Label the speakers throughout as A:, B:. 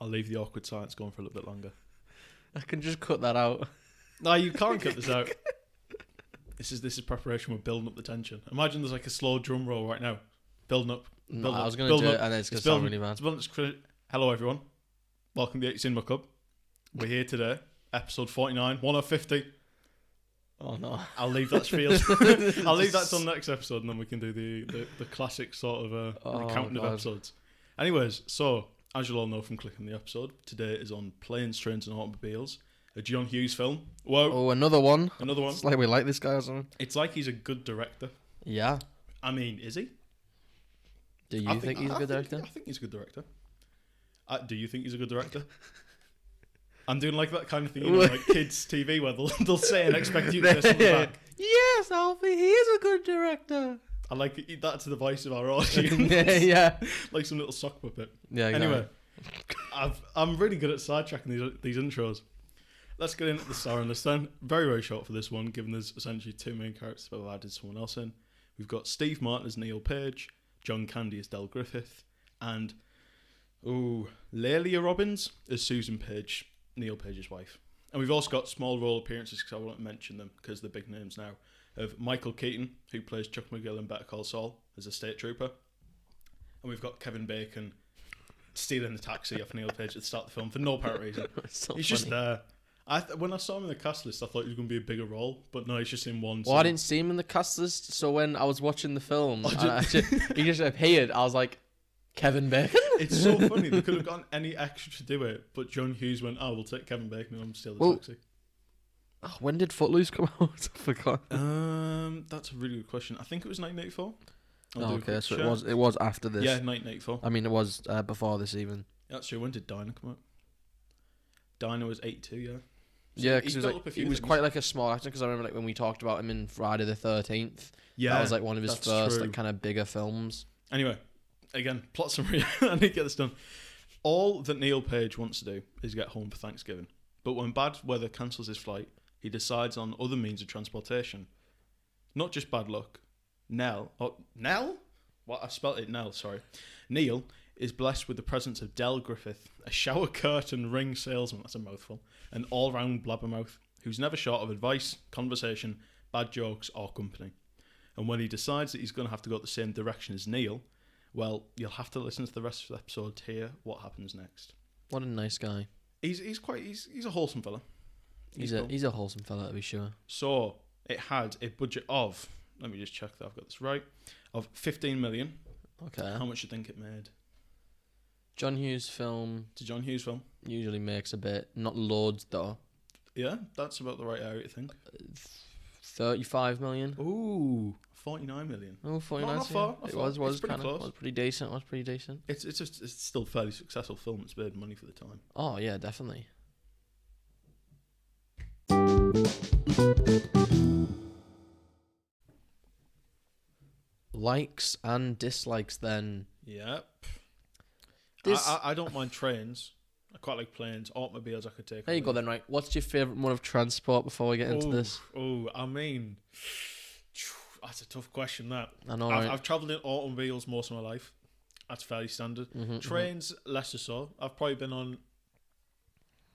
A: I'll leave the awkward silence going for a little bit longer.
B: I can just cut that out.
A: No, you can't cut this out. This is this is preparation. We're building up the tension. Imagine there's like a slow drum roll right now, building up.
B: No,
A: Build
B: I
A: up,
B: was gonna
A: build
B: do it,
A: up.
B: and then it's gonna
A: It's
B: sound
A: building-
B: really bad.
A: it's building up to credit- Hello everyone, welcome to the 18 Muck Club. We're here today, episode 49, 1 of 50.
B: Oh no!
A: I'll leave that spiel. I'll leave that till next episode, and then we can do the the, the classic sort of uh,
B: Oh,
A: recounting of
B: God.
A: episodes. Anyways, so as you'll all know from clicking the episode, today is on planes, trains, and automobiles, a John Hughes film. Whoa,
B: Oh, another one.
A: another one.
B: It's like we like this guy or something.
A: It's like he's a good director.
B: Yeah.
A: I mean, is he?
B: Do you
A: I
B: think, he's a
A: I
B: good
A: think-
B: director?
A: I think he's a good director. Uh, do you think he's a good director? I'm doing like that kind of thing, you know, like kids' TV where they'll, they'll say and expect you to say something back.
B: yes, Alfie, he is a good director.
A: I like to eat that to the voice of our audience,
B: yeah, yeah,
A: like some little sock puppet.
B: yeah. Exactly.
A: Anyway, I've, I'm really good at sidetracking these these intros. Let's get into the starring list then. Very, very short for this one, given there's essentially two main characters, but I've added someone else in. We've got Steve Martin as Neil Page, John Candy as Del Griffith, and ooh, Lelia Robbins as Susan Page, Neil Page's wife. And we've also got small role appearances because I won't mention them because they're big names now. Of Michael Keaton, who plays Chuck McGill in Better Call Saul as a state trooper, and we've got Kevin Bacon stealing the taxi off Neil Page at the start of the film for no apparent reason.
B: It's so
A: He's
B: funny.
A: just there. I th- when I saw him in the cast list, I thought he was going to be a bigger role, but no, he's just in one.
B: Well, I
A: scene.
B: didn't see him in the cast list, so when I was watching the film,
A: Oh,
B: and
A: did-
B: I ju- he just appeared. I was like, Kevin Bacon.
A: It's so funny. They could have gotten any extra to do it, but John Hughes went, "Oh, we'll take Kevin Bacon and I'm stealing the
B: Well-
A: taxi."
B: Oh, when did Footloose come out? I forgot.
A: Um, that's a really good question. I think it was 1984. I'll
B: Oh,
A: do a
B: okay,
A: quick
B: so it
A: check.
B: was it was after this.
A: Yeah, 1984.
B: I mean, it was uh, before this even.
A: Actually, when did Dinah come out? Dinah was 82. Yeah. So
B: Yeah,
A: he's
B: because he was
A: built
B: like
A: up a
B: he
A: few
B: was
A: things.
B: quite like a small actor. Because I remember like when we talked about him in Friday the Thirteenth.
A: Yeah.
B: that was like one of his
A: that's
B: first
A: true.
B: like kind of bigger films.
A: Anyway, again, plot summary. I need to get this done. All that Neil Page wants to do is get home for Thanksgiving. But when bad weather cancels his flight, he decides on other means of transportation. Not just bad luck. Nell, or Nell? What? I spelt it Nell, sorry. Neil is blessed with the presence of Dell Griffith, a shower curtain ring salesman, that's a mouthful, an all round blabbermouth who's never short of advice, conversation, bad jokes, or company. And when he decides that he's going to have to go the same direction as Neil, well, you'll have to listen to the rest of the episode to hear what happens next.
B: What a nice guy.
A: He's he's quite he's he's a wholesome fella.
B: He's,
A: He's
B: a
A: cool.
B: he's a wholesome fella to be sure.
A: So it had a budget of let me just check that I've got this right of fifteen million.
B: Okay.
A: How much do you think it made?
B: John Hughes film
A: It's a John Hughes film.
B: usually makes a bit, not loads though.
A: Yeah, that's about the right area, I think.
B: Thirty-five million.
A: Ooh, forty nine million.
B: Oh, 49
A: Not- not
B: yeah.
A: far, not
B: It
A: far.
B: was was
A: It's pretty
B: kind of
A: close.
B: was pretty decent. Was pretty decent.
A: It's it's just, it's still a fairly successful film. It's made money for the time.
B: Oh yeah, definitely. Likes and dislikes. Then
A: Yep.
B: This-
A: I, I I don't mind trains. I quite like planes, automobiles. I could take.
B: there you
A: all
B: go.
A: those.
B: Then right, what's your favorite mode of transport? Before we get into this,
A: Oh, I mean, that's a tough question. That
B: I know.
A: I've,
B: right?
A: I've travelled in automobiles most of my life. That's fairly standard.
B: Mhm, mhm.
A: Trains, less or so. I've probably been on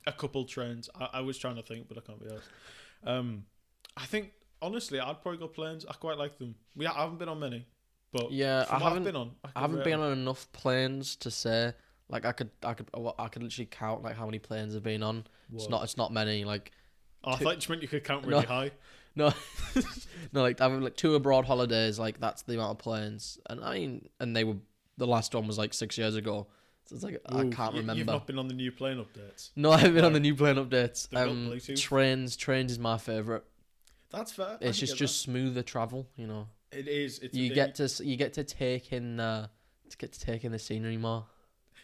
A: a couple trains. I, I was trying to think, but I can't be honest. Um, I think honestly, I'd probably go planes. I quite like them. We I haven't been on many, but
B: Yeah,
A: from
B: I
A: what
B: haven't.
A: I've been on. I,
B: I haven't been on enough planes to say like I could I could well, I could literally count like how many planes I've been on. It's not it's not many like
A: Oh, I
B: two-
A: thought you meant you could count
B: No.
A: really high.
B: no like I've like two abroad holidays like that's the amount of planes and I mean and they were the last one was like six years ago so it's like I
A: Ooh,
B: can't
A: you-
B: remember.
A: You've not been on the new plane updates.
B: no, I haven't been on the new plane updates.
A: They've got
B: Um,
A: Bluetooth.
B: trains trains is my favorite.
A: That's fair. I can
B: It's just
A: get that.
B: just smoother travel. You know
A: it is. It's a
B: you
A: big-
B: get to s- you get to take in uh to get to take in the scenery more.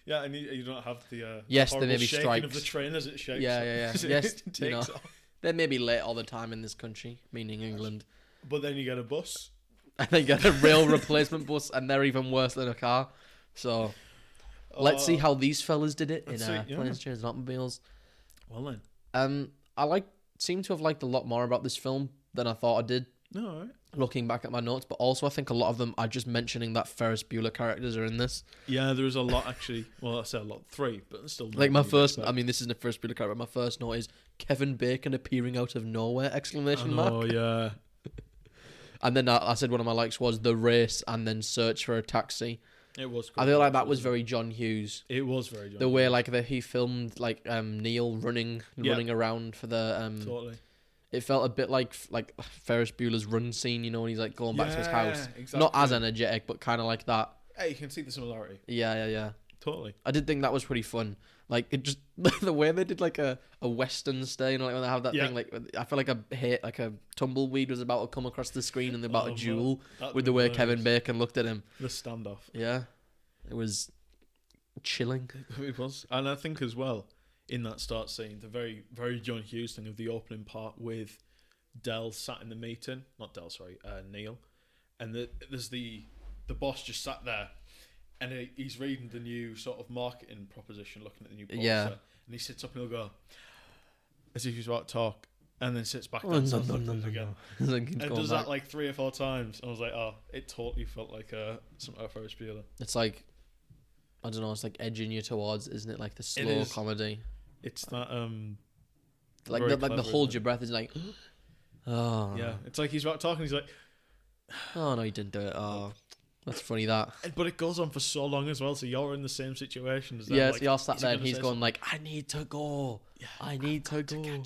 A: Yeah, and you, you don't have the uh,
B: Yes, there may
A: horrible
B: be
A: shaking of
B: strikes.
A: the train as it shakes.
B: Yeah, yeah, yeah.
A: as it
B: Yes, you
A: takes
B: know.
A: off.
B: They may be late all the time in this country, meaning England.
A: But then you get a bus.
B: and they get a real replacement bus, and they're even worse than a car. So let's see
A: Uh,
B: how these fellas did it in
A: let's
B: uh,
A: see, yeah.
B: Planes, Trains, and Automobiles.
A: Well then,
B: Um, I like seem to have liked a lot more about this film than I thought I did
A: No, all right.
B: looking back at my notes, but also I think a lot of them are just mentioning that Ferris Bueller characters are in this.
A: Yeah, there is a lot actually. Well, I say a lot, three, but there's still.
B: Like
A: none
B: my
A: you'd
B: first,
A: expect.
B: I mean, this isn't a Ferris Bueller character. But my first note is Kevin Bacon appearing out of nowhere!
A: I
B: Exclamation mark.
A: know, yeah.
B: And then I, I said one of my likes was the race and then search for a taxi.
A: It was.
B: I
A: quite
B: feel like
A: nice,
B: that was
A: wasn't
B: very John Hughes.
A: It It was very.
B: The
A: John
B: way like that he filmed like um Neil running
A: Yeah.
B: running around for the um
A: Totally.
B: it felt a bit like like Ferris Bueller's run scene, you know, when he's like going back to his house.
A: Yeah, Exactly.
B: Not as energetic, but kind of like that.
A: Hey, you can see the similarity.
B: Yeah, yeah, yeah.
A: Totally.
B: I did think that was pretty fun. Like it just the way they did like a, a western stay, you know, like when they have that
A: Yeah.
B: thing. Like I feel like a hit, like a tumbleweed was about to come across the screen and about
A: Oh,
B: a
A: man.
B: duel
A: That'd
B: with
A: be
B: the way
A: hilarious.
B: Kevin Bacon looked at him.
A: The standoff.
B: Yeah, it was chilling.
A: It was, and I think as well in that start scene, the very very John Hughes thing of the opening part with Dell sat in the meeting, not Dell, sorry, uh, Neil, and the, there's the the boss just sat there, and he, he's reading the new sort of marketing proposition, looking at the new policy,
B: Yeah.
A: and he sits up and he'll go as if he's about to talk, and then sits back
B: Oh,
A: down and
B: no,
A: starts
B: no,
A: looking
B: no,
A: at it
B: no,
A: again.
B: no. Like, he's
A: And
B: going
A: does
B: back.
A: that like three or four times, and I was like, oh, it totally felt like uh, some Ferris Bueller.
B: it's like I don't know. It's like edging you towards, isn't it? Like the slow
A: is.
B: comedy.
A: It's that um.
B: Like
A: Very
B: the, like
A: clever,
B: the hold
A: isn't
B: your breath is like. Oh
A: Yeah, it's like he's about to talk and he's like,
B: Oh no, you didn't do it. Oh, that's funny. That
A: And- But it goes on for so long as well, so you're in the same situation as them.
B: yeah,
A: like,
B: so y'all sat
A: is he
B: there and
A: gonna
B: he's
A: say
B: going like, "I need to go.
A: Yeah,
B: I need to go.
A: something?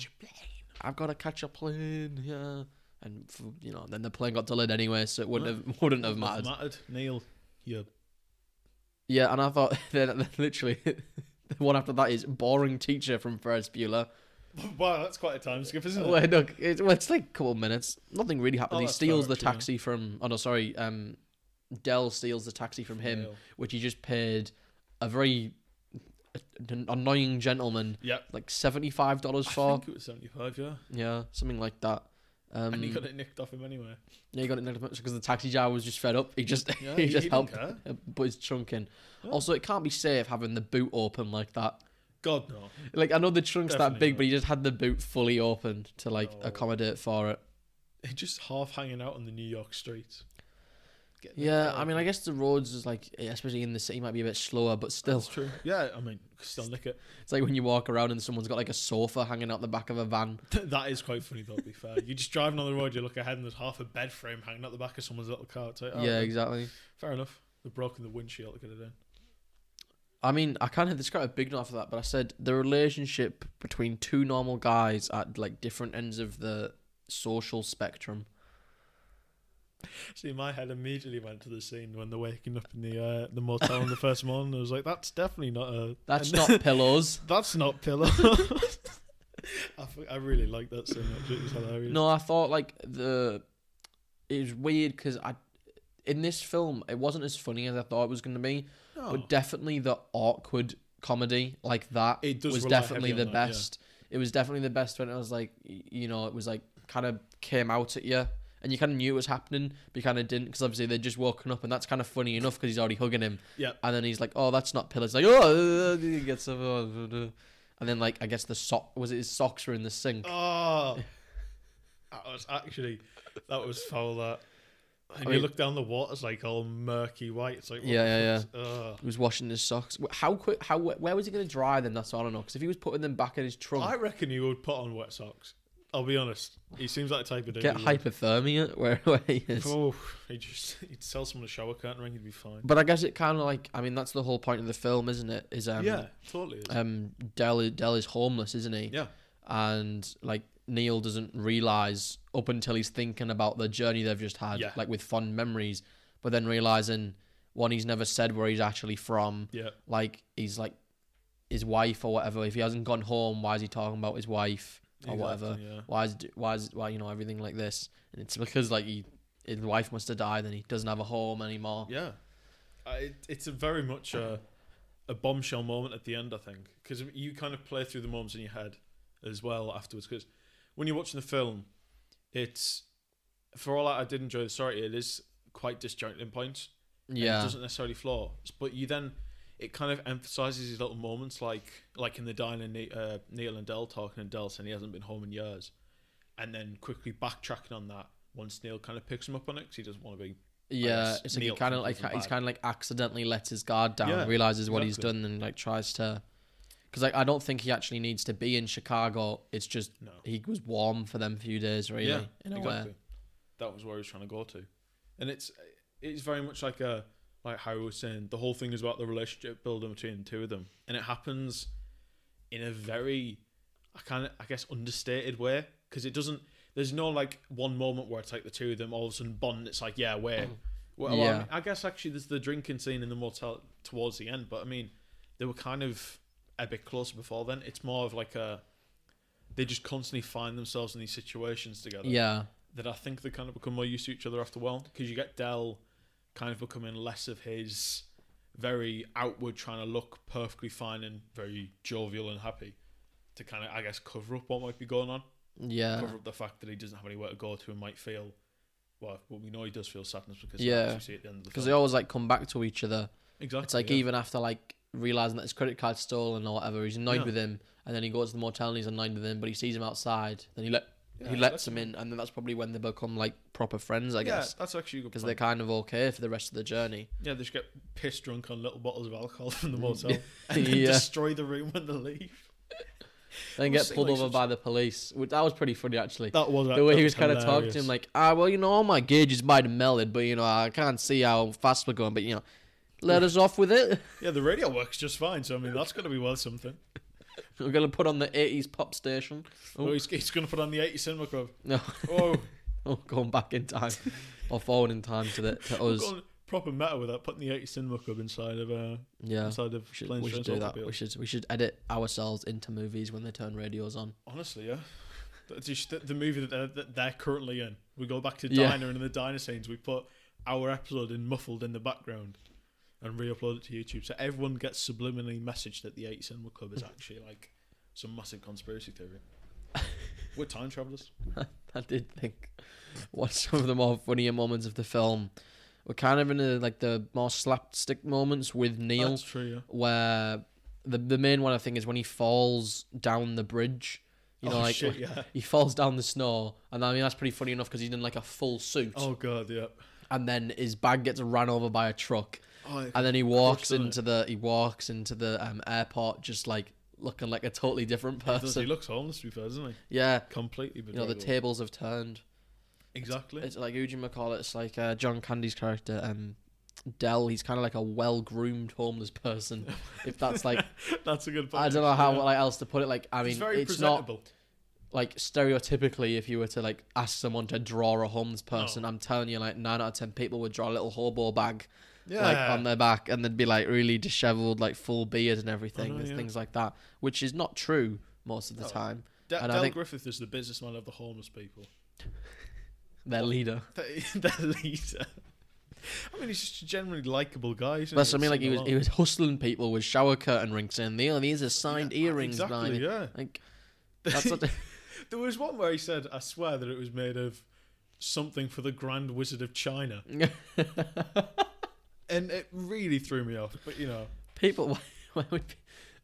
B: I've got to catch a plane." Yeah, and f you know, then the plane got delayed anyway, so it wouldn't have wouldn't have mattered.
A: Neil. Yeah.
B: Yeah, and I thought then then literally the one after that is boring teacher from Ferris Bueller.
A: Wow, that's quite a time skip, isn't it?
B: Wait, look, it's, well, it's like a couple of minutes. Nothing really happens.
A: Oh,
B: he
A: that's fair,
B: steals the
A: actually, yeah.
B: taxi from. Oh no, sorry. Um, Dell steals the taxi from him,
A: Neil.
B: which he just paid a very annoying gentleman
A: Yeah.
B: like seventy five dollars
A: I
B: for.
A: think it was 75, yeah.
B: Yeah, something like that. Um,
A: and he got it nicked off him anyway.
B: Yeah, he got it because the taxi driver was just fed up. He just
A: Yeah,
B: he just
A: didn't
B: helped
A: care.
B: uh, put his trunk in.
A: Yeah.
B: Also, it can't be safe having the boot open like that.
A: God, no.
B: Like I know the trunk's that
A: Definitely Oh.
B: big,
A: not.
B: but he just had the boot fully open to like
A: No.
B: accommodate for it.
A: He just half hanging out on the New York streets. Getting
B: Yeah,
A: nicked
B: I
A: off.
B: mean, I guess the roads is like, eh, especially in the city, might be a bit slower, but still,
A: That's true. Yeah, I mean, still nick it.
B: it's like when you walk around and someone's got like a sofa hanging out the back of a van.
A: That is quite funny, though, to be fair. You're just driving on the road, you look ahead, and there's half a bed frame hanging out the back of someone's little car. It's like, oh,
B: yeah,
A: okay,
B: exactly.
A: Fair enough. They've broken the windshield to get it in.
B: I mean, I kind of this quite a big note for that, but I said the relationship between two normal guys at like different ends of the social spectrum.
A: See, my head immediately went to the scene when they're waking up in the uh, the motel on the first morning. I was like, "That's definitely not a
B: That's
A: and-
B: not pillows.
A: that's not pillow." I, fu- I really liked that so much. It was hilarious.
B: No, I thought like the it was weird because I in this film it wasn't as funny as I thought it was going to be,
A: No.
B: but definitely the awkward comedy like that
A: It does
B: was
A: rely
B: definitely
A: heavy
B: the
A: on that, yeah.
B: best. It was definitely the best when it was like y- you know it was like kind of came out at you. And you kind of knew it was happening, but you kind of didn't, because obviously they'd just woken up, and that's kind of funny enough because he's already hugging him.
A: Yeah.
B: And then he's like, "Oh, that's not pillars." Like, "Oh," uh, he gets up, uh, uh, uh." and then like I guess the sock was it his socks were in the sink.
A: Oh, that was actually that was foul. That and
B: I
A: you
B: mean-
A: look down the water's like all murky white. It's like what
B: Yeah,
A: the fuck's-
B: He was washing his socks. Wh- How quick? How where was he going to dry them? That's all I don't know. Because if he was putting them back in his
A: Ugh.
B: trunk,
A: I reckon you would put on wet socks. I'll be honest. He seems like the type of dude.
B: get
A: who would.
B: hypothermia where, where he is.
A: Oh, he just he'd sell someone a shower curtain ring. He'd be fine.
B: But I guess it kind of like I mean that's the whole point of the film, isn't it? Is um
A: yeah, totally. is.
B: um Dell Dell is homeless, isn't he?
A: yeah.
B: And like Neil doesn't realize up until he's thinking about the journey they've just had,
A: Yeah.
B: like with fond memories, but then realizing one he's never said where he's actually from.
A: Yeah.
B: Like he's like his wife or whatever. If he hasn't gone home, why is he talking about his wife or whatever?
A: Exactly, Yeah.
B: why is why is why you know everything like this and it's because like he his wife must have died and he doesn't have a home anymore
A: Yeah. I, it- it's a very much a, a bombshell moment at the end, I think, because you kind of play through the moments in your head as well afterwards. Because when you're watching the film, it's for all that I did enjoy the story, it is quite disjointed in points. and It
B: yeah
A: doesn't necessarily flow, but you then it kind of emphasizes these little moments, like like in the diner, Ne- uh, Neil and Dell talking, and Dell saying he hasn't been home in years, and then quickly backtracking on that once Neil kind of picks him up on it because he doesn't want to be.
B: Yeah,
A: guess
B: it's like he
A: Neil
B: kind of
A: thinks it's
B: like
A: a
B: he's
A: bad-
B: kind of like accidentally lets his guard down,
C: Yeah,
B: realizes what he's
C: exactly.
B: done, and like tries to. Because like I don't think he actually needs to be in Chicago. It's just
A: No.
B: he was warm for them few days, really.
C: Yeah,
B: in a way.
A: That was where he was trying to go to, and it's it's very much like a like Harry was saying. The whole thing is about the relationship building between the two of them, and it happens in a very I kind of I guess understated way because it doesn't. There's no like one moment where it's like the two of them all of a sudden bond. It's like yeah, we're. Well, well, I,
B: Mm. Yeah.
A: mean, I guess actually there's the drinking scene in the motel towards the end, but I mean they were kind of a bit closer before then. It's more of like a they just constantly find themselves in these situations together
B: Yeah,
A: that I think they kind of become more used to each other after a while because you get Dell kind of becoming less of his very outward trying to look perfectly fine and very jovial and happy to kind of I guess cover up what might be going on
B: yeah,
A: cover up the fact that he doesn't have anywhere to go to and might feel well, well we know he does feel sadness because
B: Yeah.
A: yeah you see at the end of the
B: because
A: film
B: they always like come back to each other.
A: exactly
B: It's like
A: yeah.
B: even after like realizing that his credit card's stolen or whatever, he's annoyed
A: Yeah.
B: with him, and then he goes to the motel and he's annoyed with him, but he sees him outside, then he let
A: Yeah,
B: he
A: so
B: lets
A: that's-
B: him in, and then that's probably when they become like proper friends, I
A: yeah
B: guess,
A: that's actually a good
B: because
A: point.
B: they're kind of okay for the rest of the journey.
A: yeah they just get pissed drunk on little bottles of alcohol from the
B: Mm.
A: motel and then
B: Yeah.
A: destroy the room when they leave
B: Then
A: was
B: get
A: saying,
B: pulled
A: like,
B: over
A: such-
B: by the police. which- That was pretty funny actually.
A: that was
B: the way he was kind of talking to him, like, ah, well, you know, all my gauges might have melted, but you know, I can't see how fast we're going, but you know, let us off with it.
A: Yeah, the radio works just fine, so I mean that's going to be worth something.
B: We're gonna put on the '80s pop station. Oh.
A: Oh, he's, he's going to put on the 80 Cinema Club.
B: No,
A: Oh,
B: oh, going back in time or forward in time to the to
A: we're
B: us.
A: going proper meta with that, putting the 80 Cinema Club inside of uh,
B: Yeah,
A: inside of
B: we should,
A: Planes,
B: we should
A: Trains,
B: do that.
A: Automobiles.
B: We should we should edit ourselves into movies when they turn radios on.
A: Honestly, yeah. That's just the, the movie that they're, that they're currently in. We go back to
B: Yeah.
A: Diner and in the Diner scenes. We put our episode in muffled in the background and re-upload it to YouTube, so everyone gets subliminally messaged that the 80 Cinema Club is actually like some massive conspiracy theory. We're time travelers.
B: I did think what some of the more funnier moments of the film were kind of in the like the more slapstick moments with Neil.
A: That's true. Yeah.
B: where the the main one I think is when he falls down the bridge. You know,
A: oh
B: like
A: shit, yeah.
B: he falls down the snow, and I mean that's pretty funny enough because he's in like a full suit,
A: Oh god, yeah.
B: and then his bag gets ran over by a truck,
A: Oh, yeah.
B: and then he walks
A: doesn't it?
B: into the he walks into the um, airport just like looking like a totally different
A: Does- he
B: person.
A: looks homeless to be fair, doesn't he?
B: Yeah,
A: Completely
B: you know
A: bedraggled.
B: the tables have turned.
A: exactly.
B: It's like Uji McCall. It's like uh, John Candy's character, um, Dell. He's kind of like a well-groomed homeless person, if that's like
A: That's a good point.
B: I don't know how
A: yeah.
B: like else to put it. Like I mean,
A: it's very
B: it's not
A: presentable.
B: like stereotypically. If you were to like ask someone to draw a homeless
A: Oh.
B: person, I'm telling you, like nine out of ten people would draw a little hobo bag
A: yeah.
B: like on their back, and they'd be like really dishevelled, like full beard and everything,
A: know,
B: and
A: Oh, yeah. Oh.
B: things like that, which is not true most of the
A: No.
B: time.
A: D-
B: and I
A: Del
B: think-
A: Griffith is the businessman of the homeless people.
B: Their leader.
A: They- Their leader. uh, I mean, he's just a generally likable guy. Isn't
B: That's
A: he?
B: what I mean.
A: I've
B: Like he
A: seen
B: was,
A: a
B: he was hustling people with shower curtain rings, and the oh, these are signed
A: lot.
B: earrings,
A: Exactly.
B: blimey."
A: Yeah.
B: Like that's what
A: there was one where he said, "I swear that it was made of something for the Grand Wizard of China," and it really threw me off. But you know,
B: people. Why, why would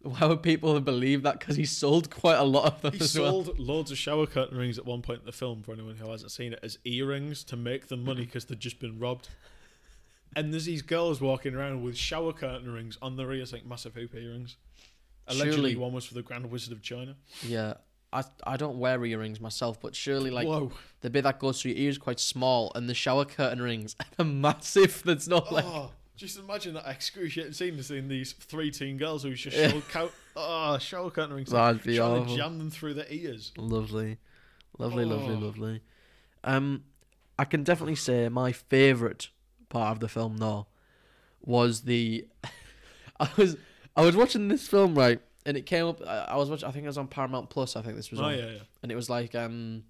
B: why would people believe that? Because he sold quite a lot of them
A: He
B: as well.
A: sold loads of shower curtain rings at one point in the film for anyone who hasn't seen it as earrings to make them money because they'd just been robbed. And there's these girls walking around with shower curtain rings on their ears, like massive hoop earrings. Allegedly,
B: Surely-
A: one was for the Grand Wizard of China.
B: Yeah, I I don't wear earrings myself, but surely like
A: Whoa!
B: the bit that goes through your ear is quite small, and the shower curtain rings are massive. That's not like
A: oh, just imagine that excruciating scene is seeing these three teen girls who just
B: Yeah.
A: shower, cou- oh, shower curtain rings,
B: that'd be
A: trying
B: awful.
A: to jam them through their ears.
B: Lovely, lovely, lovely,
A: Oh.
B: lovely. Um, I can definitely say my favorite part of the film though was the. I was I was watching this film right, and it came up. I, I was watching. I think it was on Paramount Plus. I think this was
A: Oh
B: on.
A: yeah, yeah.
B: and it was like um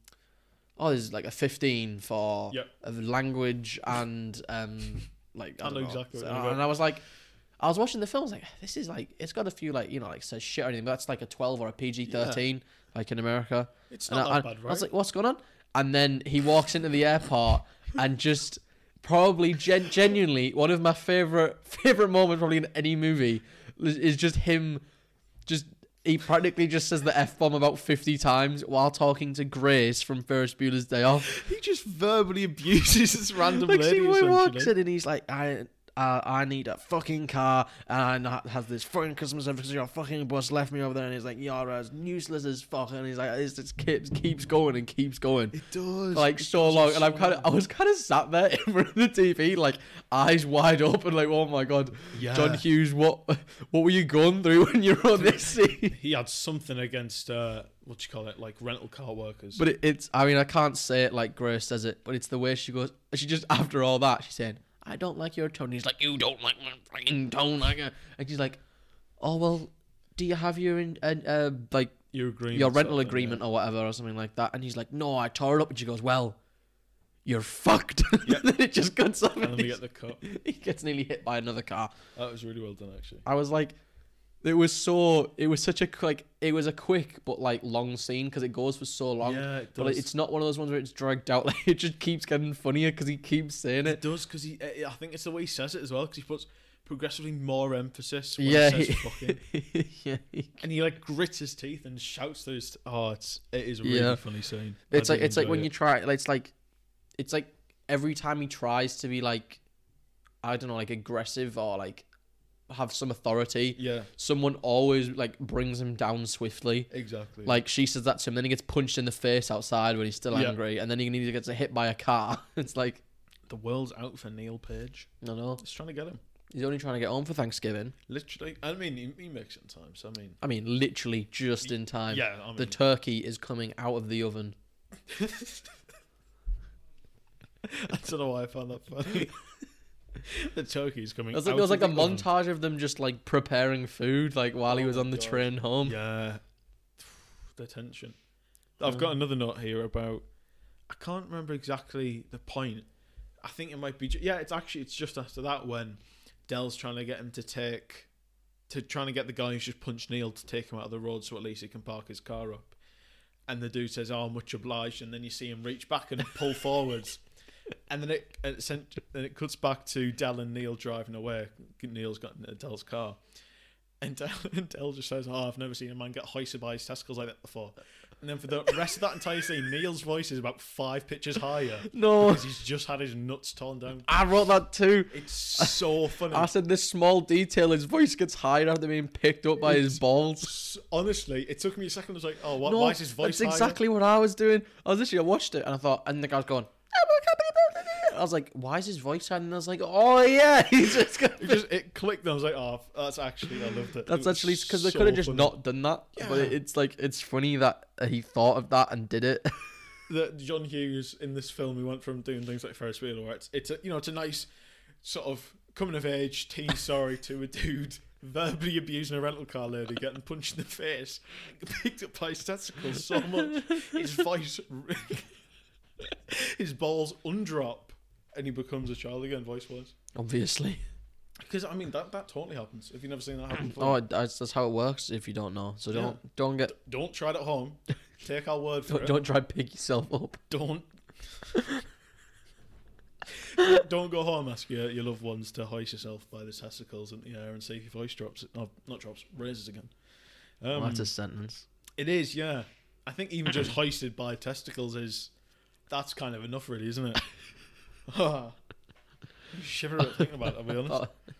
B: oh there's like a 15 for
A: Yep.
B: a language and um like I,
A: I
B: don't
A: know
B: know.
A: exactly
B: So- uh,
A: what you mean.
B: and I was like I was watching the film I was like this is like it's got a few like you know like says shit or anything but that's like a 12 or a PG-13 like in America
A: It's
B: and
A: not
B: I,
A: that
B: I-
A: bad,
B: I was
A: right?
B: like what's going on and then he walks into the airport and just probably gen- genuinely one of my favorite favorite moments probably in any movie is- is just him just he practically just says the f bomb about fifty times while talking to Grace from Ferris Bueller's Day Off.
C: He just verbally abuses this random
B: like,
C: lady.
B: see where he walks
C: essentially.
B: in and he's like, I. Uh, I need a fucking car, and I have this fucking customer service. because Your fucking boss left me over there, and he's like, "You're as useless as fuck." And he's like, "This just keeps keeps going and keeps going."
C: It does.
B: like so long, and I'm kind of, I was kind of sat there in front of the TV, like eyes wide open, like, oh my god,
C: Yeah.
B: John Hughes, what, what were you going through when you were on this scene?
A: He had something against uh, what do you call it, like rental car workers.
B: But it, it's, I mean, I can't say it like Grace says it, but it's the way she goes. She just after all that, she's saying, I don't like your tone. He's like, you don't like my fucking tone, like, uh," and she's like, oh well, do you have your in, uh, uh, like
A: your agreement,
B: your
A: sort of
B: rental
A: thing,
B: agreement or whatever or something like that. And he's like, no, I tore it up. And she goes, well, you're fucked. and then it just cuts off.
A: Yeah. And
B: and
A: then we
B: he's-
A: get the cut.
B: he gets nearly hit by another car.
A: That was really well done, actually.
B: I was like, it was so, it was such a like, it was a quick but like long scene because it goes for so long.
A: yeah, it
B: but
A: does.
B: like, it's not one of those ones where it's dragged out. Like it just keeps getting funnier because he keeps saying
A: it
B: it.
A: does because he. eh, I think it's the way he says it as well because he puts progressively more emphasis. When
B: Yeah,
A: he says
B: he-
A: fucking,
B: yeah, he-
A: and he like grits his teeth and shouts through his. Oh, it's it is a really
B: Yeah.
A: funny scene.
B: it's
A: I
B: like
A: did
B: it's like
A: enjoy
B: when
A: it.
B: you try. Like, it's like, it's like every time he tries to be like, I don't know, like aggressive or like have some authority,
A: Yeah,
B: someone always like brings him down swiftly.
A: exactly.
B: Like she says that to him, then he gets punched in the face outside when he's still
A: Yeah.
B: angry, and then he needs to get hit by a car. It's like,
A: the world's out for Neil Page.
B: no, no,
A: It's trying to get him.
B: he's only trying to get home for Thanksgiving.
A: Literally, I mean, he, he makes it in time. So I mean,
B: I mean, literally just in time.
A: yeah, I mean,
B: The turkey is coming out of the oven.
A: I don't know why I found that funny. the turkey's coming.
B: It was like,
A: out
B: there was
A: of
B: like a
A: the oven.
B: montage of them just like preparing food, like while he
A: Oh
B: was
A: my
B: on the
A: God.
B: train home.
A: Yeah, the tension. I've got another note here about. I can't remember exactly the point. I think it might be. ju- Yeah, it's actually it's just after that when Dell's trying to get him to take, to trying to get the guy who's just punched Neil to take him out of the road so at least he can park his car up. And the dude says, "Oh, much obliged," and then you see him reach back and pull forwards. And then it and it, sent, and it cuts back to Dell and Neil driving away. Neil's got in Dell's car. And Dell, and Dell just says, Oh, I've never seen a man get hoisted by his testicles like that before. And then for the rest of that entire scene, Neil's voice is about five pitches higher
B: No,
A: because he's just had his nuts torn down.
B: I wrote that too.
A: It's so funny.
B: I said this small detail. His voice gets higher after being picked up by his balls.
A: S- Honestly, it took me a second. I was like, Oh, what? Why is his voice
B: That's exactly what I was doing. I was literally I watched it and I thought, and the guy's going. "Oh my God, blah, blah, blah." I was like, why is his voice high? And I was like, oh yeah, he's just gonna.
A: higher? It, just, it clicked, and I was like, Oh, that's actually, I loved it.
B: That's
A: It was
B: actually because they
A: so
B: could have just
A: funny.
B: not done that. But it, it's like it's funny that he thought of that and did it.
A: that John Hughes in this film, we went from doing things like Ferris Bueller, where it's it's a you know it's a nice sort of coming of age teen story to a dude verbally abusing a rental car lady, getting punched in the face, picked up by his testicles so much, his voice, his balls undrop, and he becomes a child again, voice wise.
B: Obviously.
A: Because I mean that that totally happens. If you've never seen that happen before,
B: Oh, that's, that's how it works. If you don't know, so
A: Yeah.
B: don't don't get
A: don't try it at home. Take our word for
B: don't,
A: it.
B: don't try pick yourself up.
A: don't don't go home ask your, your loved ones to hoist yourself by the testicles in the air and see if your voice drops oh, not drops raises again um,
B: that's a sentence.
A: it is yeah i think even just hoisted by testicles is that's kind of enough really isn't it Ah. You shiver at thinking about it i'll be honest
B: Oh,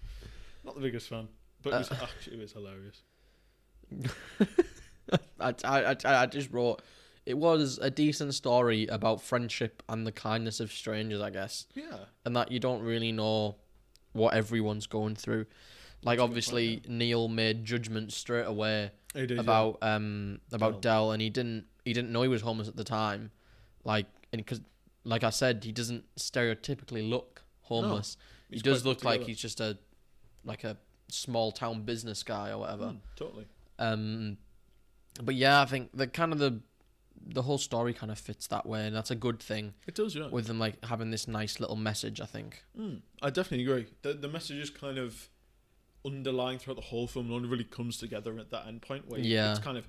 A: not the biggest fan but it was,
B: Uh,
A: actually, it was hilarious
B: I, I, I, I just wrote. It was a decent story about friendship and the kindness of strangers, I guess,
A: yeah
B: and that you don't really know what everyone's going through. Like
A: That's a good
B: obviously, Neil made judgments straight away
A: it is yeah.
B: about um about Dell, and he didn't he didn't know he was homeless at the time, like and because like I said, he doesn't stereotypically look homeless. he
A: he's quite
B: does
A: put
B: look like
A: together.
B: he's just a like a small town business guy or whatever.
A: Hmm, totally
B: Um, but yeah, I think the kind of the the whole story kind of fits that way, and that's a good thing
A: it does yeah
B: with them like having this nice little message. I think.
A: Mm, I definitely agree. The the message is kind of underlying throughout the whole film. None really comes together at that end point where you-
B: Yeah.
A: it's kind of.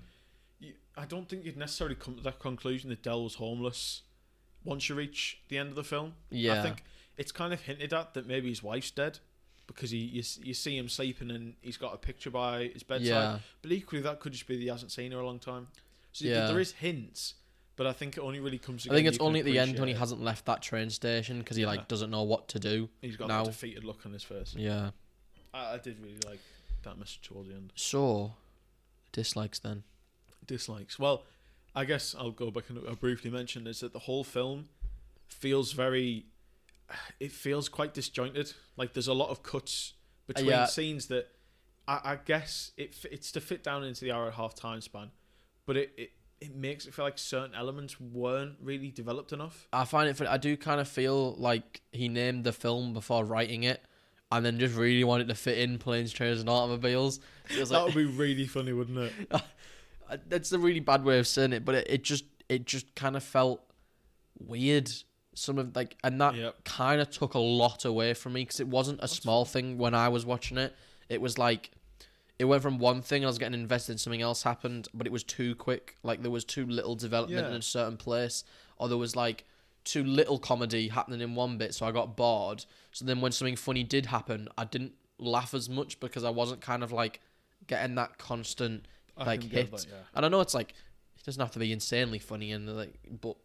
A: You, I don't think you'd necessarily come to that conclusion that Dell was homeless once you reach the end of the film.
B: Yeah.
A: I think it's kind of hinted at that maybe his wife's dead, because he you, s- you see him sleeping and he's got a picture by his bedside.
B: Yeah.
A: But equally, that could just be that he hasn't seen her a long time. So
B: Yeah.
A: yeah. there is hints, but I think it only really comes.
B: I think
A: again
B: it's
A: you can
B: only at the end when he
A: appreciate
B: hasn't left that train station because he like
A: Yeah.
B: doesn't know what to do.
A: it. He's got
B: now.
A: that defeated look on his face.
B: Yeah.
A: I, I did really like that message towards the end.
B: So dislikes then.
A: Dislikes. Well, I guess I'll go back and I briefly mentioned is that the whole film feels very. It feels quite disjointed. Like there's a lot of cuts between
B: yeah.
A: scenes that I, I guess it f- it's to fit down into the hour and a half time span, but it, it it makes it feel like certain elements weren't really developed enough.
B: I find it. I do kind of feel like he named the film before writing it, and then just really wanted to fit in planes, trains, and automobiles. It was
A: that would
B: like
A: be really funny, wouldn't it?
B: that's a really bad way of saying it, but it, it just it just kind of felt weird. Some of like, and that
A: Yep.
B: kind of took a lot away from me because it wasn't a small thing when I was watching it. It was like it went from one thing I was getting invested in something else happened, but it was too quick. Like there was too little development
A: Yeah.
B: in a certain place, or there was like too little comedy happening in one bit, so I got bored. So then when something funny did happen, I didn't laugh as much because I wasn't kind of like getting that constant
A: I
B: like
A: can get
B: hit.
A: that, yeah.
B: And I know it's like it doesn't have to be insanely funny and like but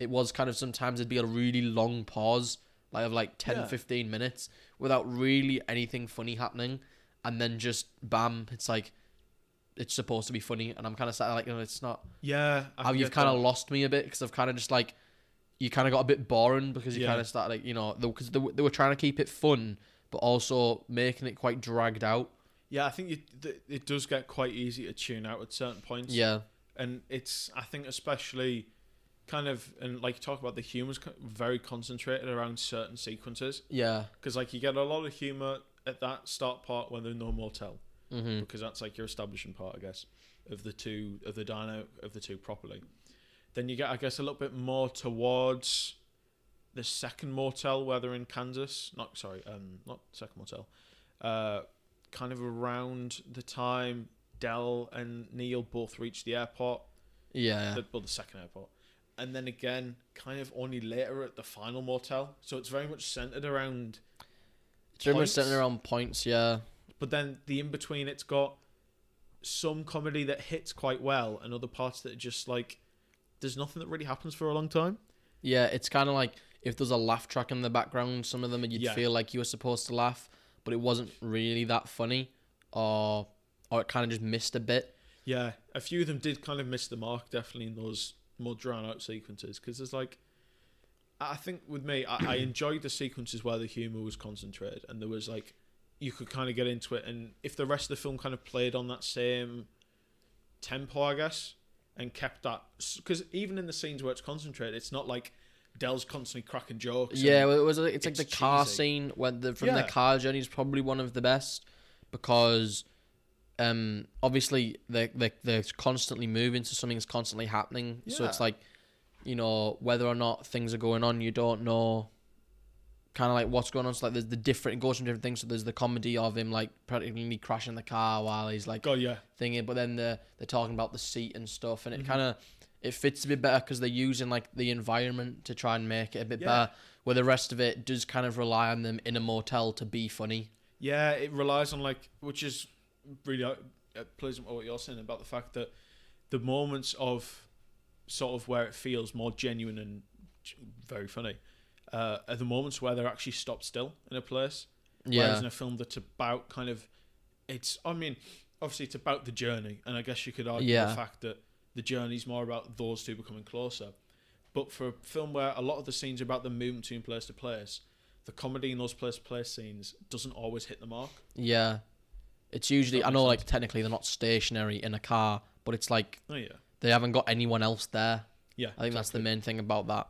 B: it was kind of sometimes it'd be a really long pause like of like 10
A: Yeah.
B: 15 minutes without really anything funny happening and then just bam it's like it's supposed to be funny and I'm kind of sat there like no it's not
A: Yeah, I
B: how
A: can
B: you've
A: get
B: kind
A: that.
B: of lost me a bit because I've kind of just like you kind of got a bit boring because you
A: Yeah.
B: kind of started like you know because they, were- they were trying to keep it fun but also making it quite dragged out
A: Yeah, I think you, th- it does get quite easy to tune out at certain points.
B: yeah
A: and it's I think especially kind of and like you talk about the humor's co- very concentrated around certain sequences
B: yeah
A: because like you get a lot of humor at that start part when they're in the motel
B: mm-hmm.
A: because that's like your establishing part I guess of the two of the dynamic of the two properly. Then you get I guess a little bit more towards the second motel where they're in Kansas. Not sorry, um, not second motel. Uh, kind of around the time Dell and Neil both reach the airport
B: yeah
A: the, well, the second airport. And then again, kind of only later at the final motel. So it's very much centered around.
B: It's very much
A: points.
B: centered around points, yeah.
A: But then the in between, it's got some comedy that hits quite well, and other parts that are just like there's nothing that really happens for a long time.
B: Yeah, it's kind of like if there's a laugh track in the background, some of them you'd
A: Yeah.
B: feel like you were supposed to laugh, but it wasn't really that funny, or or it kind of just missed a bit.
A: Yeah, a few of them did kind of miss the mark, definitely in those more drawn out sequences. Because there's like, I I think with me, I, I enjoyed the sequences where the humor was concentrated and there was like, you could kind of get into it. And if the rest of the film kind of played on that same tempo, I guess, and kept that, because even in the scenes where it's concentrated, it's not like Dell's constantly cracking jokes. and-
B: yeah, well, it was. It's, like the
A: it's
B: car
A: cheesy.
B: scene when the from the
A: Yeah.
B: car journey is probably one of the best because, um, obviously they they they're constantly moving, so something's constantly happening. So it's
A: Yeah.
B: like, you know, whether or not things are going on, you don't know kind of like what's going on. So like there's the different it goes from different things. So there's the comedy of him like practically crashing the car while he's like
A: God, yeah.
B: thingy, but then they're they're talking about the seat and stuff, and it
A: Mm-hmm.
B: kind of it fits a bit better because they're using like the environment to try and make it a bit
A: Yeah.
B: better. Where the rest of it does kind of rely on them in a motel to be funny.
A: Yeah, it relies on like, which is really uh, it plays into what you're saying about the fact that the moments of sort of where it feels more genuine and g- very funny uh, are the moments where they're actually stopped still in a place. Whereas
B: Yeah,
A: in a film that's about kind of, it's I mean, obviously it's about the journey, and I guess you could argue
B: Yeah.
A: the fact that the journey's more about those two becoming closer. But for a film where a lot of the scenes are about them moving between place to place, the comedy in those place to place scenes doesn't always hit the mark.
B: yeah. It's usually
A: That
B: I know
A: makes
B: like technically they're not stationary in a car, but it's like
A: Oh yeah,
B: they haven't got anyone else there.
A: yeah.
B: I think that's the main thing about that.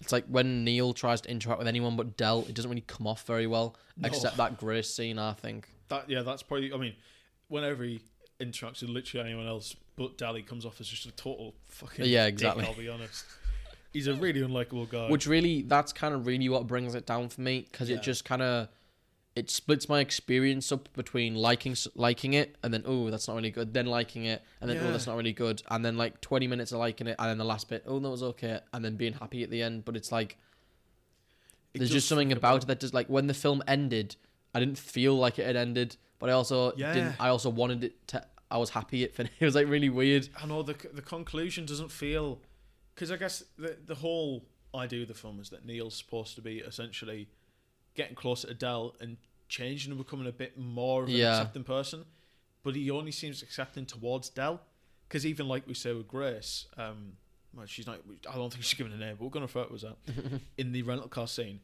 B: It's like when Neil tries to interact with anyone but Dell, it doesn't really come off very well,
A: No.
B: except that Grace scene. I think.
A: That yeah, that's probably. I mean, whenever he interacts with literally anyone else, but Dally comes off as just a total fucking
B: Yeah,
A: dick,
B: exactly.
A: I'll be honest. He's a really unlikable guy.
B: which really that's kind of really what brings it down for me because
A: Yeah.
B: it just kind of it splits my experience up between liking s- liking it and then oh that's not really good then liking it and then oh
A: Yeah.
B: that's not really good and then like 20 minutes of liking it and then the last bit oh that was okay and then being happy at the end but it's like
A: It
B: there's
A: does
B: just something
A: think
B: about it that does like when the film ended I didn't feel like it had ended, but I also
A: Yeah.
B: didn't. I also wanted it to. I was happy it finished. It was like really weird.
A: I know the the conclusion doesn't feel because I guess the the whole idea of the film is that Neil's supposed to be essentially getting closer to Dell and changing and becoming a bit more of an
B: Yeah.
A: accepting person, but he only seems accepting towards Dell because even like we say with Grace, um, well, she's not. I don't think she's given a name, but we're gonna refer to it as that in the rental car scene.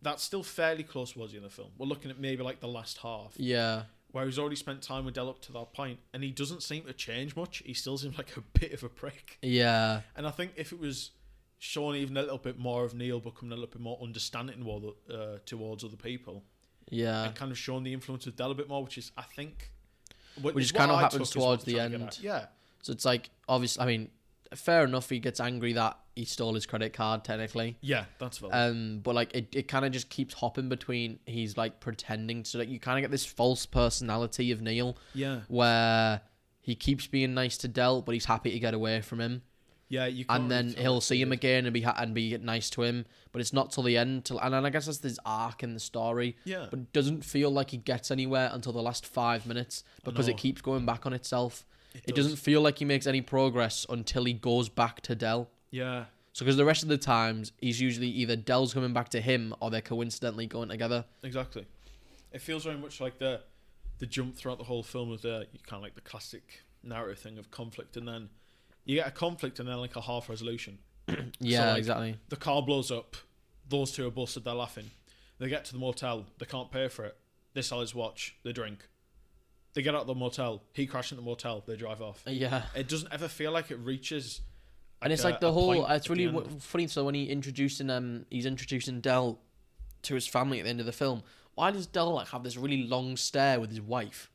A: That's still fairly close towards the end of the film. We're looking at maybe like the last half
B: Yeah,
A: where he's already spent time with Dell up to that point, and he doesn't seem to change much. He still seems like a bit of a prick.
B: yeah,
A: And I think if it was shown even a little bit more of Neil becoming a little bit more understanding toward- uh, towards other people,
B: yeah.
A: and kind of shown the influence of Dell a bit more, which is I think, wh-
B: Which
A: is
B: kind
A: what
B: of
A: I
B: happens
A: took as what
B: towards
A: I'm trying
B: the
A: to get
B: end.
A: at. Yeah,
B: So it's like obvious. I mean, fair enough. He gets angry that he stole his credit card technically.
A: yeah, that's valid.
B: Um, but like it, it kind of just keeps hopping between. He's like pretending to like you kind of get this false personality of Neil
A: yeah,
B: where he keeps being nice to Dell, but he's happy to get away from him.
A: yeah. You can't
B: and
A: really
B: then
A: tell
B: he'll
A: it's
B: see him
A: weird.
B: again and be ha- and be nice to him. But it's not till the end. Till and then I guess that's this arc in the story.
A: Yeah,
B: But it doesn't feel like he gets anywhere until the last five minutes because
A: know.
B: it keeps going back on itself. It,
A: does.
B: doesn't feel like he makes any progress until he goes back to Dell.
A: Yeah,
B: So because the rest of the times he's usually either Dell's coming back to him or they're coincidentally going together.
A: Exactly. It feels very much like the the jump throughout the whole film is the you kind of like the classic narrative thing of conflict, and then you get a conflict and then like a half resolution.
B: Yeah,
A: like,
B: exactly.
A: The car blows up. Those two are busted. They're laughing. They get to the motel. They can't pay for it. They sell his watch. They drink. They get out of the motel. He crashes into the motel. They drive off.
B: uh, Yeah.
A: It doesn't ever feel like it reaches.
B: and it's
A: a-
B: like the
A: a
B: whole uh,
A: point
B: it's
A: at the
B: really
A: end.
B: w- funny so when he introducing um he's introducing dell to his family at the end of the film why does dell like have this really long stare with his wife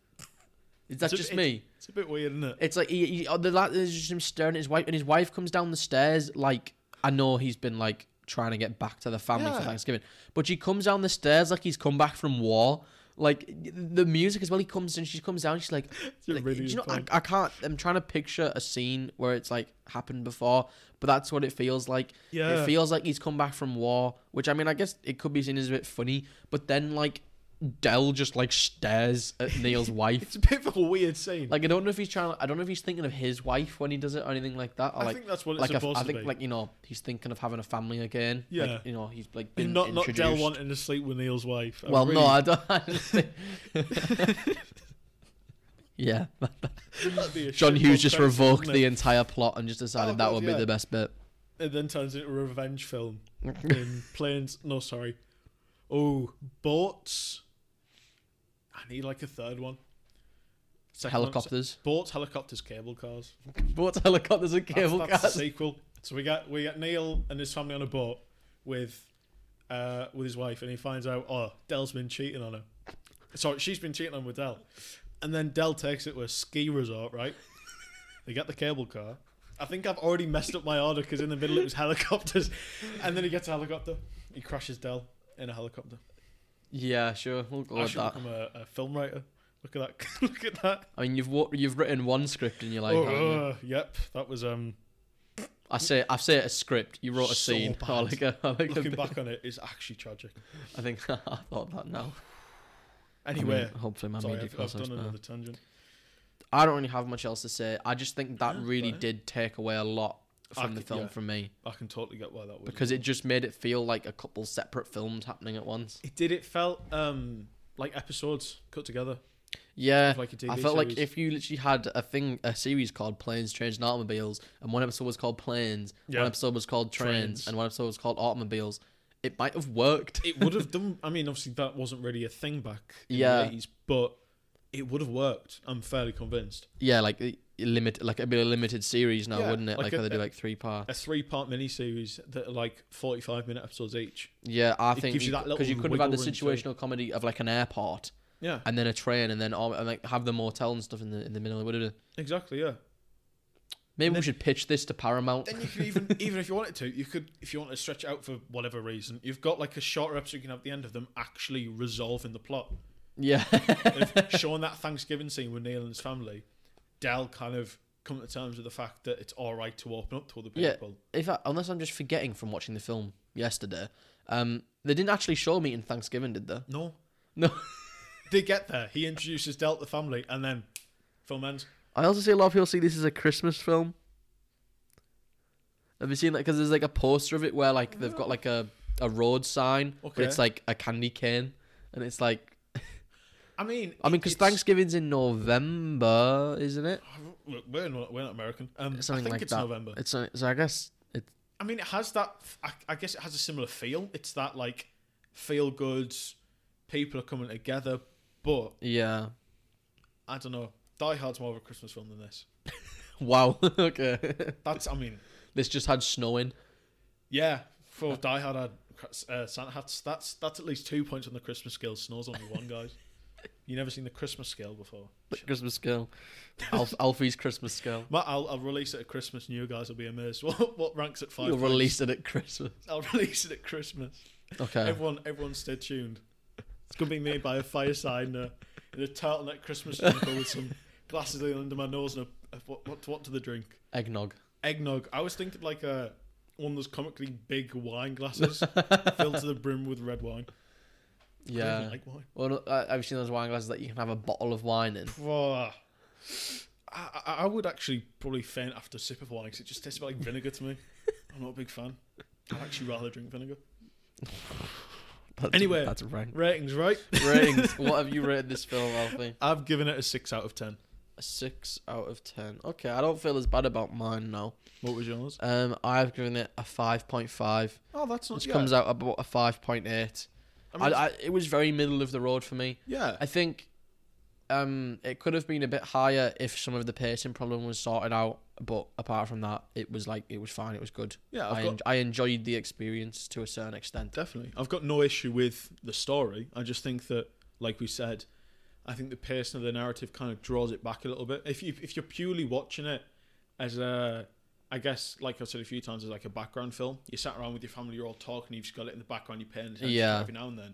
B: is that
A: It's a-
B: just
A: it-
B: me
A: It's a bit weird, isn't it?
B: it's like he, he oh, the la- there's just him staring at his wife and his wife comes down the stairs like i know he's been like trying to get back to the family for
A: Yeah.
B: thanksgiving but she comes down the stairs like he's come back from war like the music as well he comes and she comes down she's like
A: a
B: like,
A: really
B: do you
A: good
B: know, I,
A: point.
B: I can't. I'm trying to picture a scene where it's like happened before, but that's what it feels like.
A: Yeah.
B: It feels like he's come back from war, which I mean, I guess it could be seen as a bit funny, but then like Dell just like stares at Neil's wife.
A: It's a bit of a weird scene.
B: Like I don't know if he's trying. I don't know if he's thinking of his wife when he does it or anything like that. Or,
A: I
B: like,
A: think that's what it's
B: like a-
A: supposed
B: I
A: to
B: think
A: be.
B: like you know he's thinking of having a family again. Like,
A: Yeah.
B: you know he's like been
A: not not
B: introduced.
A: Dell wanting to sleep with Neil's wife. I
B: Well,
A: really
B: no, I don't. I don't think- yeah,
A: That'd be a
B: John
A: shit
B: Hughes just
A: concept,
B: revoked
A: wouldn't
B: the
A: it?
B: entire plot and just decided
A: Oh,
B: that
A: God,
B: would be
A: yeah.
B: the best bit.
A: It then turns into a revenge film in planes. No, sorry. Oh, boats. I need like a third one. Second one-
B: helicopters.
A: boats, helicopters, cable cars.
B: Bought helicopters and
A: That's,
B: cable
A: that's the
B: cars.
A: sequel. So we got we got Neil and his family on a boat with, uh, with his wife, and he finds out oh Dell's been cheating on her. Sorry, she's been cheating on with Dell, and then Dell takes it to a ski resort. Right, they get the cable car. I think I've already messed up my order because in the middle it was helicopters, and then he gets a helicopter. He crashes Dell in a helicopter.
B: Yeah, sure, we'll go
A: I
B: with
A: should
B: that.
A: become a, a film writer. Look at that! Look at that!
B: I mean, you've wa- you've written one script and you're like,
A: oh,
B: haven't you?
A: uh, yep, that was um.
B: I say I say a script. You wrote a
A: So
B: scene.
A: bad.
B: Oh, like a, oh, like a
A: Looking
B: bit.
A: back on it, it's actually tragic.
B: I think I thought that now. I mean,
A: Anyway,
B: hopefully my
A: Sorry,
B: media
A: I've, I've
B: course.
A: done another tangent.
B: I don't really have much else to say. I just think that
A: Yeah,
B: really
A: fair.
B: did take away a lot
A: I
B: from the
A: could-
B: film
A: yeah.
B: for me
A: I can totally get why that was.
B: because it just made it feel like a couple separate films happening at once.
A: it did. It felt um like episodes cut together,
B: Yeah,
A: of like a TV
B: I
A: series.
B: felt like if you literally had a thing, a series called Planes, Trains, and Automobiles, and one episode was called Planes,
A: Yeah.
B: one episode was called trains,
A: Trains.
B: and one episode was called Automobiles, it might have worked.
A: it would have done. I mean, obviously that wasn't really a thing back in
B: Yeah.
A: the eighties, but it would have worked. I'm fairly convinced.
B: yeah, like it- it limit, like it'd be a limited series now,
A: Yeah,
B: wouldn't it?
A: like
B: Like,
A: a-
B: how they
A: a-
B: do like three part.
A: A three part miniseries that are like 45 minute episodes each.
B: Yeah, I
A: it
B: think
A: gives you that
B: because you,
A: little
B: could have had the
A: wiggle room to-
B: situational comedy of like an airport
A: Yeah,
B: and then a train and then all, and like have the motel and stuff in the in the middle. Would it?
A: exactly. Yeah.
B: Maybe we
A: Then-
B: should pitch this to Paramount.
A: Then you could even, even if you wanted to, you could, if you wanted to stretch it out for whatever reason, you've got like a shorter episode you can have at the end of them actually resolving the plot.
B: yeah,
A: of showing that Thanksgiving scene with Neil and his family, Dell kind of come to terms with the fact that it's all right to open up to other
B: Yeah.
A: people.
B: if I, unless I'm just forgetting from watching the film yesterday, um, they didn't actually show me in Thanksgiving, did they?
A: No,
B: No.
A: they get there. He introduces Del to the family, and then film ends.
B: I also see a lot of people see this as a Christmas film. Have you seen that? Because there's like a poster of it where like they've got like a, a road sign, but
A: Okay.
B: it's like a candy cane, and it's like
A: I mean,
B: I mean, because
A: it's-
B: Thanksgiving's in November, isn't it?
A: Look, we're not, we're not American. Um, I
B: Something
A: think
B: like
A: it's
B: that.
A: November.
B: It's uh, so I guess it.
A: I mean, it has that. I, I guess it has a similar feel. It's that like feel good. People are coming together, but
B: Yeah.
A: I don't know. Die Hard's more of a Christmas film than this.
B: Wow. okay.
A: That's. I mean,
B: this just had snow in.
A: yeah. For Die Hard, had uh, Santa hats. That's that's at least two points on the Christmas scale. Snow's only one, guys. You never seen the Christmas scale before.
B: The Christmas girl. Alf, Alfie's Christmas girl.
A: Matt, I'll, I'll release it at Christmas, and you guys will be amazed. What what ranks at five?
B: You'll
A: points?
B: release it at Christmas.
A: I'll release it at Christmas.
B: Okay.
A: Everyone, everyone, stay tuned. It's gonna be me by a fireside in a, in a turtleneck Christmas jumper with some glasses leaning under my nose and a, a what, what what do they drink?
B: Eggnog.
A: Eggnog. I was thinking like a one of those comically big wine glasses filled to the brim with red wine. I don't
B: Yeah.
A: even like wine.
B: Well, no, I- I've seen those wine glasses that you can have a bottle of wine in.
A: Pwah. I, I- I would actually probably faint after a sip of wine because it just tastes a bit like vinegar to me. I'm not a big fan. I'd actually rather drink vinegar.
B: That's
A: Anyway.
B: that's rank.
A: Ratings, right?
B: Ratings. what have you rated this film, Alfie?
A: I've given it a six out of ten.
B: A six out of ten. Okay, I don't feel as bad about mine now.
A: What was yours?
B: Um, I've given it a five point five,
A: Oh, that's not.
B: which
A: yeah.
B: comes out about a five point eight.
A: I
B: I
A: mean,
B: I, it was very middle of the road for me.
A: yeah.
B: I think um, it could have been a bit higher if some of the pacing problem was sorted out. But apart from that, it was like it was fine. It was good.
A: Yeah, I've
B: I,
A: got-
B: en- I enjoyed the experience to a certain extent.
A: Definitely. I've got no issue with the story. I just think that, like we said, I think the pacing of the narrative kind of draws it back a little bit. If you if you're purely watching it as a I guess, like I've said a few times, as like a background film. You sat around with your family, you're all talking, you've just got it in the background, you're paying attention
B: Yeah.
A: to every now and then.